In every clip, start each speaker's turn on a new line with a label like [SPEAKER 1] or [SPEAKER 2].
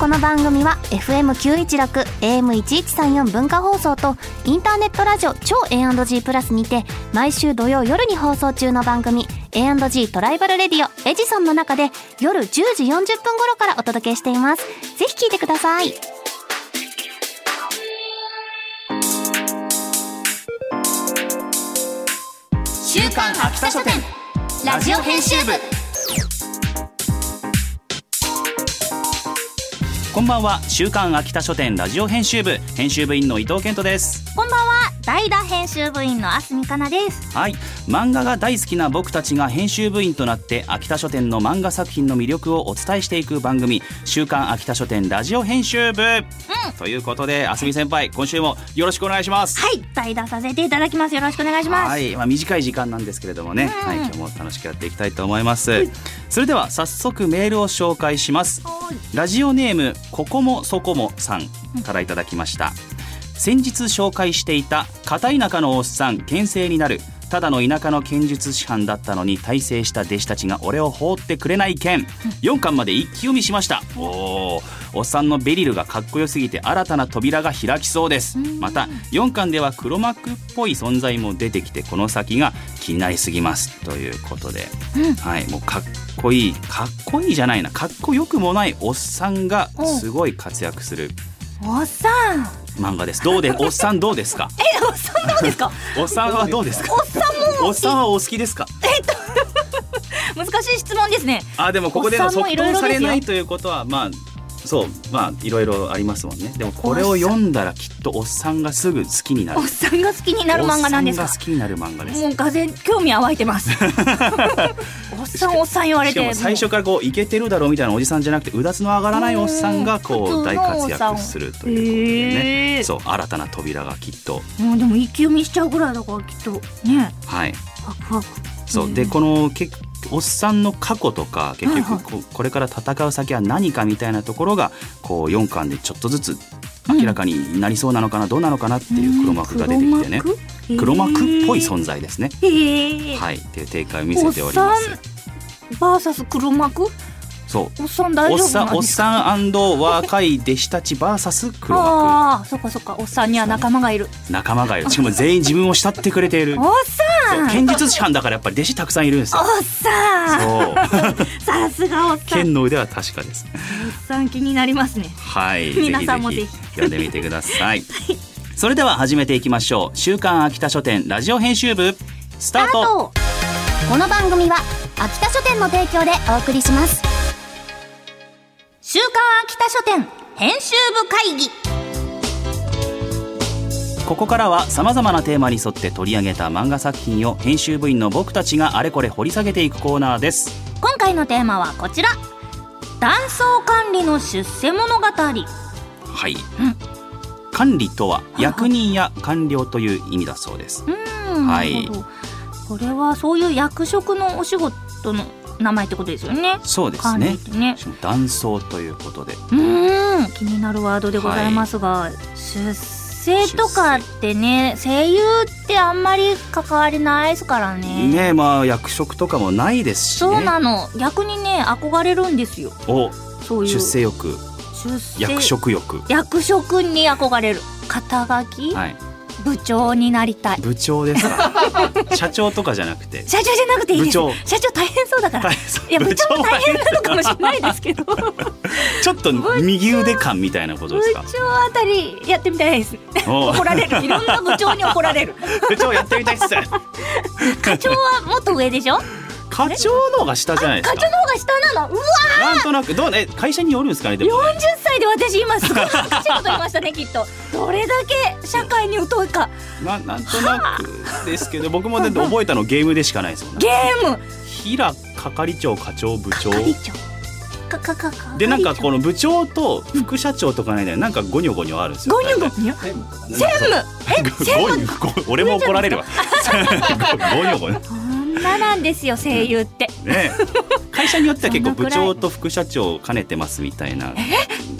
[SPEAKER 1] この番組は FM916、AM1134 文化放送とインターネットラジオ超 A&G プラスにて毎週土曜夜に放送中の番組 A&G トライバルレディオエジソンの中で夜10時40分頃からお届けしています。ぜひ聞いてください。
[SPEAKER 2] 週刊秋田書店ラジオ編集部
[SPEAKER 3] こんばんは週刊秋田書店ラジオ編集部編集部員の伊藤健人です
[SPEAKER 4] こんばんは代打編集部員のあすみかなです
[SPEAKER 3] はい漫画が大好きな僕たちが編集部員となって秋田書店の漫画作品の魅力をお伝えしていく番組週刊秋田書店ラジオ編集部、ということであすみ先輩今週もよろしくお願いします
[SPEAKER 4] はい代打させていただきますよろしくお願いします
[SPEAKER 3] はい、まあ、短い時間なんですけれどもね、はい、今日も楽しくやっていきたいと思います、それでは早速メールを紹介しますラジオネームここもそこもさんからいただきました、先日紹介していた片田舎のおっさん牽制になるただの田舎の剣術師範だったのに大成した弟子たちが俺を放ってくれない剣4巻まで一気読みしましたおーおっさんのベリルがかっこよすぎて新たな扉が開きそうですまた4巻では黒幕っぽい存在も出てきてこの先が気になりすぎますということで、はいもうかっこいいかっこいいじゃないなかっこよくもないおっさんがすごい活躍する
[SPEAKER 4] おっさん
[SPEAKER 3] 漫画です。どう で、おっさんどうですか。
[SPEAKER 4] えおっさんどうで すか
[SPEAKER 3] おっさんはどうですか。
[SPEAKER 4] おっさん
[SPEAKER 3] おっさんはお好きですか。
[SPEAKER 4] も難しい質問ですね
[SPEAKER 3] あ、でもここでの
[SPEAKER 4] おっさんも
[SPEAKER 3] 即
[SPEAKER 4] いろいろ
[SPEAKER 3] 答されな
[SPEAKER 4] で
[SPEAKER 3] い
[SPEAKER 4] す
[SPEAKER 3] ということは、まあ。そう、まあ、いろいろありますもんね。でも、これを読んだら、きっとおっさんがすぐ好きになる
[SPEAKER 4] おっ。さんが好きになる漫画なんです
[SPEAKER 3] お
[SPEAKER 4] か
[SPEAKER 3] っさんが好きになる漫画です。
[SPEAKER 4] もうがぜ興味は湧いてます おっさんおっさん言われ
[SPEAKER 3] してかも最初からこうイケてるだろうみたいなおじさんじゃなくてうだつの上がらないおっさんがこ
[SPEAKER 4] うん
[SPEAKER 3] う大活躍するということでね、
[SPEAKER 4] へー
[SPEAKER 3] そう新たな扉がきっと
[SPEAKER 4] もうでも一気読みしちゃうぐらいだからきっとね
[SPEAKER 3] はい
[SPEAKER 4] ワクワク
[SPEAKER 3] そう、
[SPEAKER 4] うん
[SPEAKER 3] でこのけおっさんの過去とか結
[SPEAKER 4] はいは
[SPEAKER 3] 局
[SPEAKER 4] い
[SPEAKER 3] こ,、これから戦う先は何かみたいなところがこう4巻でちょっとずつ明らかになりそうなのかな、どうなのかなっていう黒幕が出てきてね、
[SPEAKER 4] うん
[SPEAKER 3] 黒幕っぽい
[SPEAKER 4] 在
[SPEAKER 3] 存在ですね。
[SPEAKER 4] へー
[SPEAKER 3] はい、っていう展開を見せております
[SPEAKER 4] おっ。バーサス黒幕
[SPEAKER 3] そう
[SPEAKER 4] おっさん大丈
[SPEAKER 3] おっ
[SPEAKER 4] 夫
[SPEAKER 3] さ
[SPEAKER 4] なん
[SPEAKER 3] んお
[SPEAKER 4] で
[SPEAKER 3] っ
[SPEAKER 4] すか
[SPEAKER 3] さん若い弟子たち VS 黒幕
[SPEAKER 4] ああーそっかそっかおっさんには仲間がいる
[SPEAKER 3] 仲間がいるしかも全員自分を慕ってくれている
[SPEAKER 4] おっさん
[SPEAKER 3] 剣術師範だからやっぱり弟子たくさんいるんですよ。
[SPEAKER 4] おっさん
[SPEAKER 3] そう
[SPEAKER 4] さすがおっさんおっ
[SPEAKER 3] 剣の腕は確かです。
[SPEAKER 4] さん気になりますね
[SPEAKER 3] はい、
[SPEAKER 4] 皆さんも
[SPEAKER 3] ぜひぜ
[SPEAKER 4] ぜ
[SPEAKER 3] ひ読んでみてく ださい。それでは始めていきましょう。週刊秋田書店ラジオ編集部スタート。
[SPEAKER 1] この番組は秋田書店の提供でお送りします。
[SPEAKER 4] 週刊秋田書店編集部会議
[SPEAKER 3] ここからはさまざまなテーマに沿って取り上げた漫画作品を編集部員の僕たちがあれこれ掘り下げていくコーナーです。
[SPEAKER 4] 今回のテーマはこちら断層管理の出世物語
[SPEAKER 3] はい。管理とは役人や官僚という意味だそうです。
[SPEAKER 4] うん
[SPEAKER 3] はい
[SPEAKER 4] なるほどこれはそういう役職のお仕事の名前ってことですよね
[SPEAKER 3] そうです
[SPEAKER 4] 管理
[SPEAKER 3] ね
[SPEAKER 4] っ。てね
[SPEAKER 3] しかも断層ということで、
[SPEAKER 4] うーん気になるワードでございますが、出世とかってね声優ってあんまり関わりないですからね
[SPEAKER 3] ねえまあ役職とかもないですし
[SPEAKER 4] そう
[SPEAKER 3] ね。
[SPEAKER 4] なの逆にね憧れるんですよ
[SPEAKER 3] お
[SPEAKER 4] そういう
[SPEAKER 3] 出世欲、
[SPEAKER 4] 出世
[SPEAKER 3] 役職欲。
[SPEAKER 4] 役職に憧れる肩書き、
[SPEAKER 3] はい。
[SPEAKER 4] 部長になりたい
[SPEAKER 3] 部長ですか 社長とかじゃなくて
[SPEAKER 4] 社長じゃなくていいです
[SPEAKER 3] 部長
[SPEAKER 4] 社長大変そうだから
[SPEAKER 3] 大
[SPEAKER 4] い
[SPEAKER 3] 変
[SPEAKER 4] や部長も大変なのかもしれないですけど 部
[SPEAKER 3] ちょっと右腕感みたいなことですか
[SPEAKER 4] 長あたりやってみたいです
[SPEAKER 3] おう
[SPEAKER 4] 怒られ るいろんな部長に怒られる
[SPEAKER 3] 部長やってみたいっす
[SPEAKER 4] 課長はもっと上でしょ
[SPEAKER 3] 課長の方が下じゃないです
[SPEAKER 4] 課長
[SPEAKER 3] か
[SPEAKER 4] の方が下なのうわ
[SPEAKER 3] なんとなくどうね会社によるんですかねでも
[SPEAKER 4] 40歳で私今すごい恥ずかしいこと言いましたねきっとどれだけ社会に疎いか
[SPEAKER 3] ななんとなくですけど僕もだって覚えたのゲームでしかないですもんね
[SPEAKER 4] ゲーム
[SPEAKER 3] 平係長課長部長
[SPEAKER 4] 係長かかかか
[SPEAKER 3] でなんかこの部長と副社長とかねなんかゴニョゴニョあるんですよ
[SPEAKER 4] ゴニョゴニョ
[SPEAKER 3] 大体
[SPEAKER 4] 専
[SPEAKER 3] なんかそ
[SPEAKER 4] 務
[SPEAKER 3] う
[SPEAKER 4] え 専
[SPEAKER 3] ゴ
[SPEAKER 4] 務
[SPEAKER 3] ニョゴ俺も怒ら れるわ ゴニョゴニョ
[SPEAKER 4] こんななんですよ声優って
[SPEAKER 3] ねえ会社によっては結構
[SPEAKER 4] そん
[SPEAKER 3] 部
[SPEAKER 4] なくらい
[SPEAKER 3] 長と副社長を兼ねてますみたいな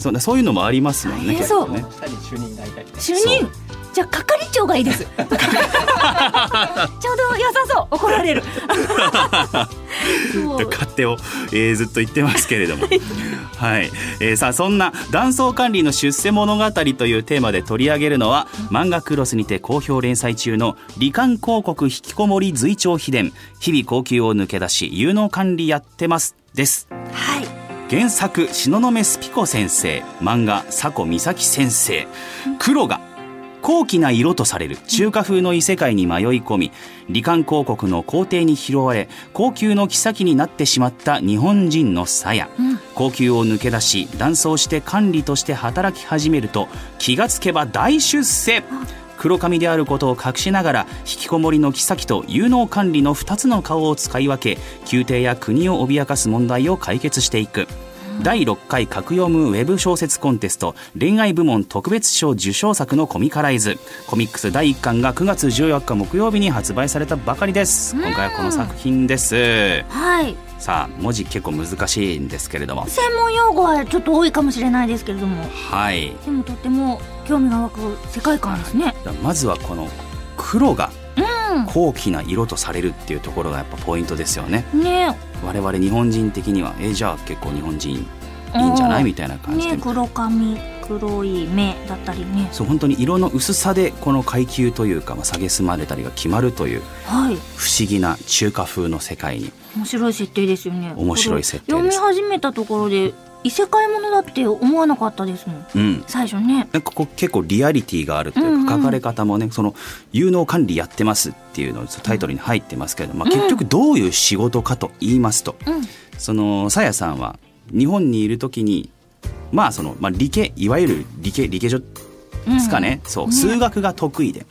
[SPEAKER 3] そんなそういうのもありますもんね
[SPEAKER 4] えそう
[SPEAKER 3] 結構ね
[SPEAKER 2] 二人主任大体
[SPEAKER 4] 主任じゃあ係長がいいです ちょうど良さそう怒ら れるそう
[SPEAKER 3] 勝手を、えーずっと言ってますけれどもはい、えーさあそんな「断層管理の出世物語」というテーマで取り上げるのは漫画クロスにて好評連載中の「罹患広告引きこもり随聴秘伝日々高級を抜け出し有能管理やってます」です
[SPEAKER 4] はい
[SPEAKER 3] 原作東雲スピコ先生漫画佐古美咲先生黒が高貴な色とされる中華風の異世界に迷い込み罹患広告の皇帝に拾われ高級の妃になってしまった日本人のさや、高級を抜け出し断層して管理として働き始めると気がつけば大出世黒髪であることを隠しながら引きこもりの妃と有能管理の2つの顔を使い分け宮廷や国を脅かす問題を解決していく第6回格読むウェブ小説コンテスト恋愛部門特別賞受賞作のコミカライズコミックス第1巻が9月14日木曜日に発売されたばかりです今回はこの作品です
[SPEAKER 4] はい
[SPEAKER 3] さあ文字結構難しいんですけれども
[SPEAKER 4] 専門用語はちょっと多いかもしれないですけれども
[SPEAKER 3] はい
[SPEAKER 4] でもとっても興味が湧く世界観ですね
[SPEAKER 3] まずはこの黒が
[SPEAKER 4] うん
[SPEAKER 3] 高貴な色とされるっていうところがやっぱポイントですよね
[SPEAKER 4] ね
[SPEAKER 3] 我々日本人的にはえじゃあ結構日本人いいんじゃない
[SPEAKER 4] うん
[SPEAKER 3] みたいな感じで、
[SPEAKER 4] ね黒髪黒い目だったりね
[SPEAKER 3] そう本当に色の薄さでこの階級というか、まあ、下げすまれたりが決まるという
[SPEAKER 4] はい
[SPEAKER 3] 不思議な中華風の世界に
[SPEAKER 4] 面白い設定ですよね
[SPEAKER 3] 面白い設定
[SPEAKER 4] こ
[SPEAKER 3] で
[SPEAKER 4] れ
[SPEAKER 3] す
[SPEAKER 4] 読み始めたところで異世界ものだって思わなかったですもん
[SPEAKER 3] うん
[SPEAKER 4] 最初ね
[SPEAKER 3] なんかこう結構リアリティがあるというか、
[SPEAKER 4] うんうん
[SPEAKER 3] 書かれ方もねその有能管理やってますっていうのをタイトルに入ってますけれども、まあ、結局どういう仕事かと言いますと、
[SPEAKER 4] うん
[SPEAKER 3] そのさやさんは日本にいる時にまあその、まあ、理系いわゆる理系理系女ですかね、そう数学が得意で、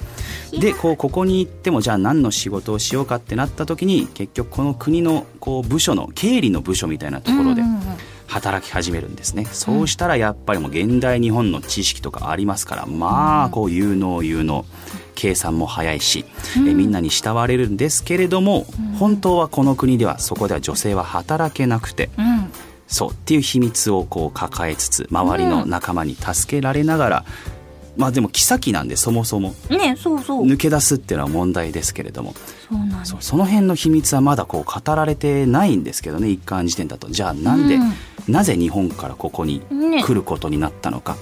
[SPEAKER 3] でこうここに行ってもじゃあ何の仕事をしようかってなった時に結局この国のこう部署の経理の部署みたいなところで
[SPEAKER 4] うんうんうん
[SPEAKER 3] 働き始めるんですね、そうしたらやっぱりもう現代日本の知識とかありますからまあこう有能有能計算も早いし、えみんなに慕われるんですけれども、本当はこの国ではそこでは女性は働けなくて、
[SPEAKER 4] うん
[SPEAKER 3] そうっていう秘密をこう抱えつつ周りの仲間に助けられながら、まあでも妃なんでそもそも
[SPEAKER 4] ねそうそう
[SPEAKER 3] 抜け出すっていうのは問題ですけれども
[SPEAKER 4] そうなんです
[SPEAKER 3] そうその辺の秘密はまだこう語られてないんですけどね一貫時点だとじゃあなんで、
[SPEAKER 4] うん
[SPEAKER 3] なぜ日本からここに
[SPEAKER 4] ね
[SPEAKER 3] 来ることになったのか。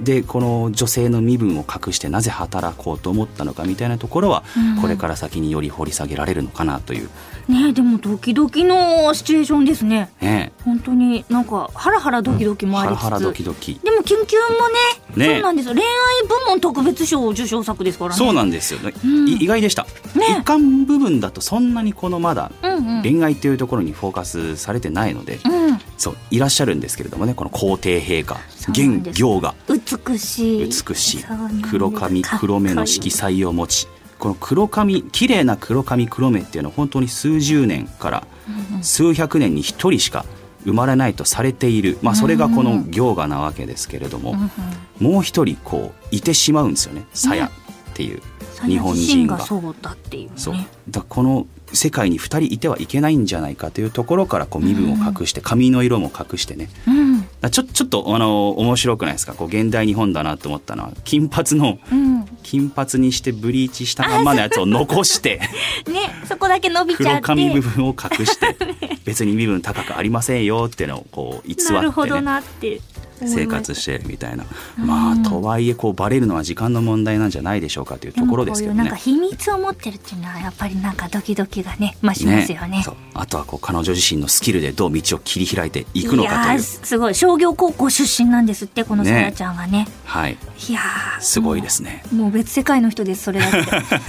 [SPEAKER 3] でこの女性の身分を隠してなぜ働こうと思ったのかみたいなところは
[SPEAKER 4] うん
[SPEAKER 3] これから先により掘り下げられるのかなという、
[SPEAKER 4] ねでもドキドキのシチュエーションですね
[SPEAKER 3] ね
[SPEAKER 4] 本当になんかハラハラドキドキもあ
[SPEAKER 3] ハ
[SPEAKER 4] り
[SPEAKER 3] ラ
[SPEAKER 4] つつ、
[SPEAKER 3] ハラドキドキ
[SPEAKER 4] でもキュンキュンもね
[SPEAKER 3] ね
[SPEAKER 4] そうなんですよ恋愛部門特別賞受賞作ですからね
[SPEAKER 3] そうなんですよ、ね
[SPEAKER 4] ん
[SPEAKER 3] い意外でした、一貫部分だとそんなにこのまだ
[SPEAKER 4] うんうん
[SPEAKER 3] 恋愛というところにフォーカスされてないので、
[SPEAKER 4] うん
[SPEAKER 3] そういらっしゃるんですけれどもねこの皇帝陛下
[SPEAKER 4] そうなん
[SPEAKER 3] 現
[SPEAKER 4] です
[SPEAKER 3] 行が
[SPEAKER 4] 美しい
[SPEAKER 3] 美しい
[SPEAKER 4] そうなんです
[SPEAKER 3] 黒髪
[SPEAKER 4] かっこいい
[SPEAKER 3] 黒目の色彩を持ちこの黒髪綺麗な黒髪黒目っていうのは本当に数十年から数百年に一人しか生まれないとされている、まあ、それがこの行がなわけですけれども、もう一人こういてしまうんですよねさやっていう日本
[SPEAKER 4] 自身
[SPEAKER 3] 人
[SPEAKER 4] が
[SPEAKER 3] が。
[SPEAKER 4] そうだっていうね
[SPEAKER 3] そうだこの世界に2人いてはいけないんじゃないかというところからこう身分を隠して髪の色も隠してね
[SPEAKER 4] うん
[SPEAKER 3] だちょちょっとあの面白くないですかこう現代日本だなと思ったのは金髪の
[SPEAKER 4] うんね
[SPEAKER 3] 金髪にしてブリーチしたまんまのやつを 残して
[SPEAKER 4] そこだけ伸びちゃって
[SPEAKER 3] 黒髪部分を隠して 別に身分高くありませんよっていうのをこう偽
[SPEAKER 4] なる
[SPEAKER 3] っ
[SPEAKER 4] ほ
[SPEAKER 3] て
[SPEAKER 4] ど
[SPEAKER 3] ね
[SPEAKER 4] なって
[SPEAKER 3] 生活してるみたいなまあとはいえこうバレるのは時間の問題なんじゃないでしょうかというところですけど
[SPEAKER 4] もこういうな
[SPEAKER 3] ね
[SPEAKER 4] んか。秘密を持ってるっていうのはやっぱりなんかドキドキがね増しますよね
[SPEAKER 3] そうあとはこう彼女自身のスキルでどう道を切り開いていくのかと
[SPEAKER 4] や
[SPEAKER 3] い
[SPEAKER 4] ー
[SPEAKER 3] う
[SPEAKER 4] すごい商業高校出身なんですってこのさやちゃんがね
[SPEAKER 3] はい
[SPEAKER 4] いやー
[SPEAKER 3] すごいですね
[SPEAKER 4] もう別世界の人ですそれだって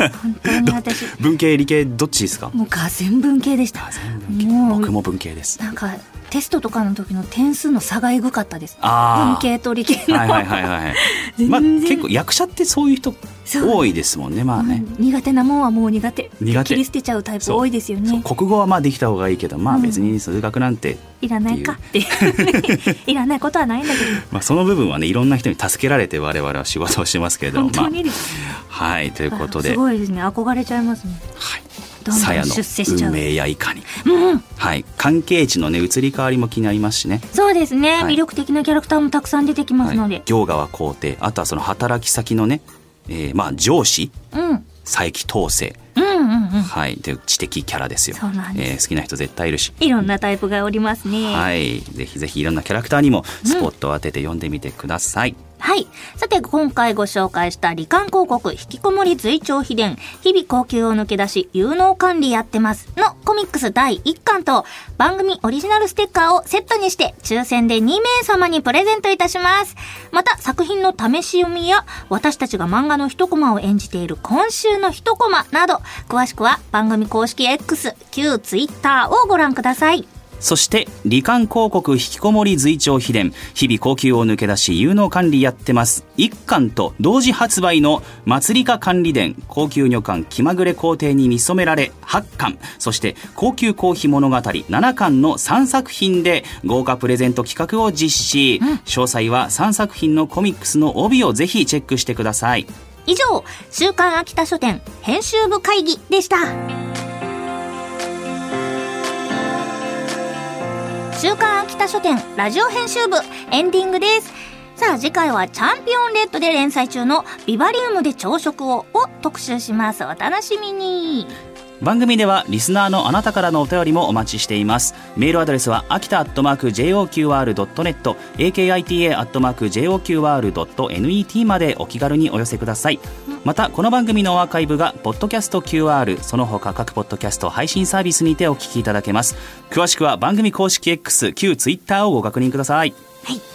[SPEAKER 4] 本当に私
[SPEAKER 3] 文系理系どっちですか
[SPEAKER 4] もうが全文系でした
[SPEAKER 3] あ全部文系
[SPEAKER 4] もう
[SPEAKER 3] 僕も文系です
[SPEAKER 4] なんかテストとかの時の点数の差がえぐかったです文
[SPEAKER 3] ああ
[SPEAKER 4] 系と理系の、
[SPEAKER 3] はいはいはいはい
[SPEAKER 4] 全然
[SPEAKER 3] まあ結構役者ってそういう人
[SPEAKER 4] そう
[SPEAKER 3] 多いですもんねまあね
[SPEAKER 4] うん苦手なもんはもう苦手
[SPEAKER 3] 苦手
[SPEAKER 4] 切り捨てちゃうタイプ
[SPEAKER 3] そう
[SPEAKER 4] 多いですよ
[SPEAKER 3] そう
[SPEAKER 4] ね
[SPEAKER 3] 国語はまあできた方がいいけどまあ
[SPEAKER 4] うん
[SPEAKER 3] 別に数学なんて
[SPEAKER 4] いらないかっていらないことはないんだけ
[SPEAKER 3] まあ その部分はねいろんな人に助けられて我々は仕事をしてますけれ
[SPEAKER 4] ど
[SPEAKER 3] ども
[SPEAKER 4] 本当
[SPEAKER 3] ま
[SPEAKER 4] にです、
[SPEAKER 3] あはいということ
[SPEAKER 4] あ
[SPEAKER 3] です
[SPEAKER 4] ごいですね憧れちゃいますね
[SPEAKER 3] はい
[SPEAKER 4] どんど
[SPEAKER 3] さや
[SPEAKER 4] ん
[SPEAKER 3] の
[SPEAKER 4] 出世しちゃ
[SPEAKER 3] 運
[SPEAKER 4] う
[SPEAKER 3] 命やいかに
[SPEAKER 4] うんうん
[SPEAKER 3] はい関係値のね移り変わりも気になりますしね
[SPEAKER 4] そうですね、
[SPEAKER 3] はい
[SPEAKER 4] 魅力的なキャラクターもたくさん出てきますので、
[SPEAKER 3] 行川皇帝あとはその働き先のねえーまあ、上司
[SPEAKER 4] うんうん
[SPEAKER 3] 再起統制、
[SPEAKER 4] うんうん
[SPEAKER 3] はい、で知的キャラですよ
[SPEAKER 4] そうなんです
[SPEAKER 3] えー好きな人絶対いるし。
[SPEAKER 4] いろんなタイプがおりますねはい、
[SPEAKER 3] はい、ぜひぜひいろんなキャラクターにもスポットを当てて読んでみてください。
[SPEAKER 4] さて今回ご紹介した罹患広告引きこもり随聴秘伝日々高級を抜け出し有能管理やってますのコミックス第1巻と番組オリジナルステッカーをセットにして抽選で2名様にプレゼントいたしますまた作品の試し読みや私たちが漫画の一コマを演じている今週の一コマなど詳しくは番組公式 X 旧 Twitter をご覧ください
[SPEAKER 3] そして、罹患広告引きこもり随聴秘伝、日々高級を抜け出し、有能管理やってます。一巻と同時発売の、祭りか管理伝、高級女官気まぐれ皇帝に見染められ、8巻、そして、高級コーヒー物語7巻の3作品で、豪華プレゼント企画を実施。詳細は3作品のコミックスの帯をぜひチェックしてください。
[SPEAKER 4] 以上「週刊秋田書店編集部会議」でした「週刊秋田書店ラジオ編集部」エンディングですさあ次回は「チャンピオンレッド」で連載中の「ビバリウムで朝食を」を特集しますお楽しみに
[SPEAKER 3] 番組ではリスナーのあなたからのお便りもお待ちしていますメールアドレスは秋田アットマーク JOQR.net akita アットマーク JOQR.net までお気軽にお寄せくださいまたこの番組のアーカイブがポッドキャスト QR その他各ポッドキャスト配信サービスにてお聞きいただけます詳しくは番組公式 X 旧 Twitter をご確認ください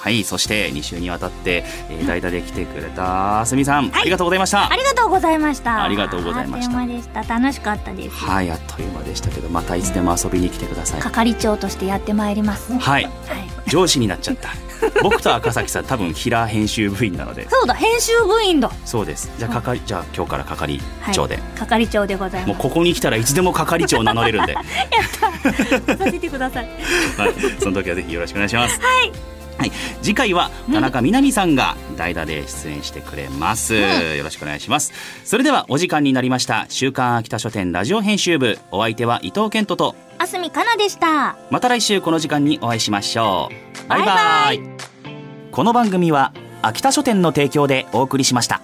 [SPEAKER 4] はい、
[SPEAKER 3] そして2週にわたってえー代打、で来てくれたあすみさん、ありがとうございました
[SPEAKER 4] ありがとうございました
[SPEAKER 3] ありがとうございました
[SPEAKER 4] あっという間でした楽しかったです
[SPEAKER 3] はいあっという間でしたけどまたいつでも遊びに来てください
[SPEAKER 4] 係長としてやってまいります
[SPEAKER 3] はい
[SPEAKER 4] はい
[SPEAKER 3] 上司になっちゃった僕と赤崎さん多分ヒラー編集部員なので
[SPEAKER 4] そうだ編集部員だ
[SPEAKER 3] そうですじゃあ係じゃあ今日から係
[SPEAKER 4] はい
[SPEAKER 3] 長で、
[SPEAKER 4] 係長でござい
[SPEAKER 3] も
[SPEAKER 4] ま
[SPEAKER 3] う
[SPEAKER 4] す
[SPEAKER 3] ここに来たらいつでも係長を名乗れるん で、はい、
[SPEAKER 4] させてください。
[SPEAKER 3] その時はぜひよろしくお願いしますはい、次回は田中みな実さんが代打で出演してくれます、よろしくお願いしますそれではお時間になりました週刊秋田書店ラジオ編集部お相手は伊藤健人と
[SPEAKER 4] あすみかなでした。
[SPEAKER 3] また来週この時間にお会いしましょうバイバイ
[SPEAKER 4] バイ
[SPEAKER 3] この番組は秋田書店の提供でお送りしました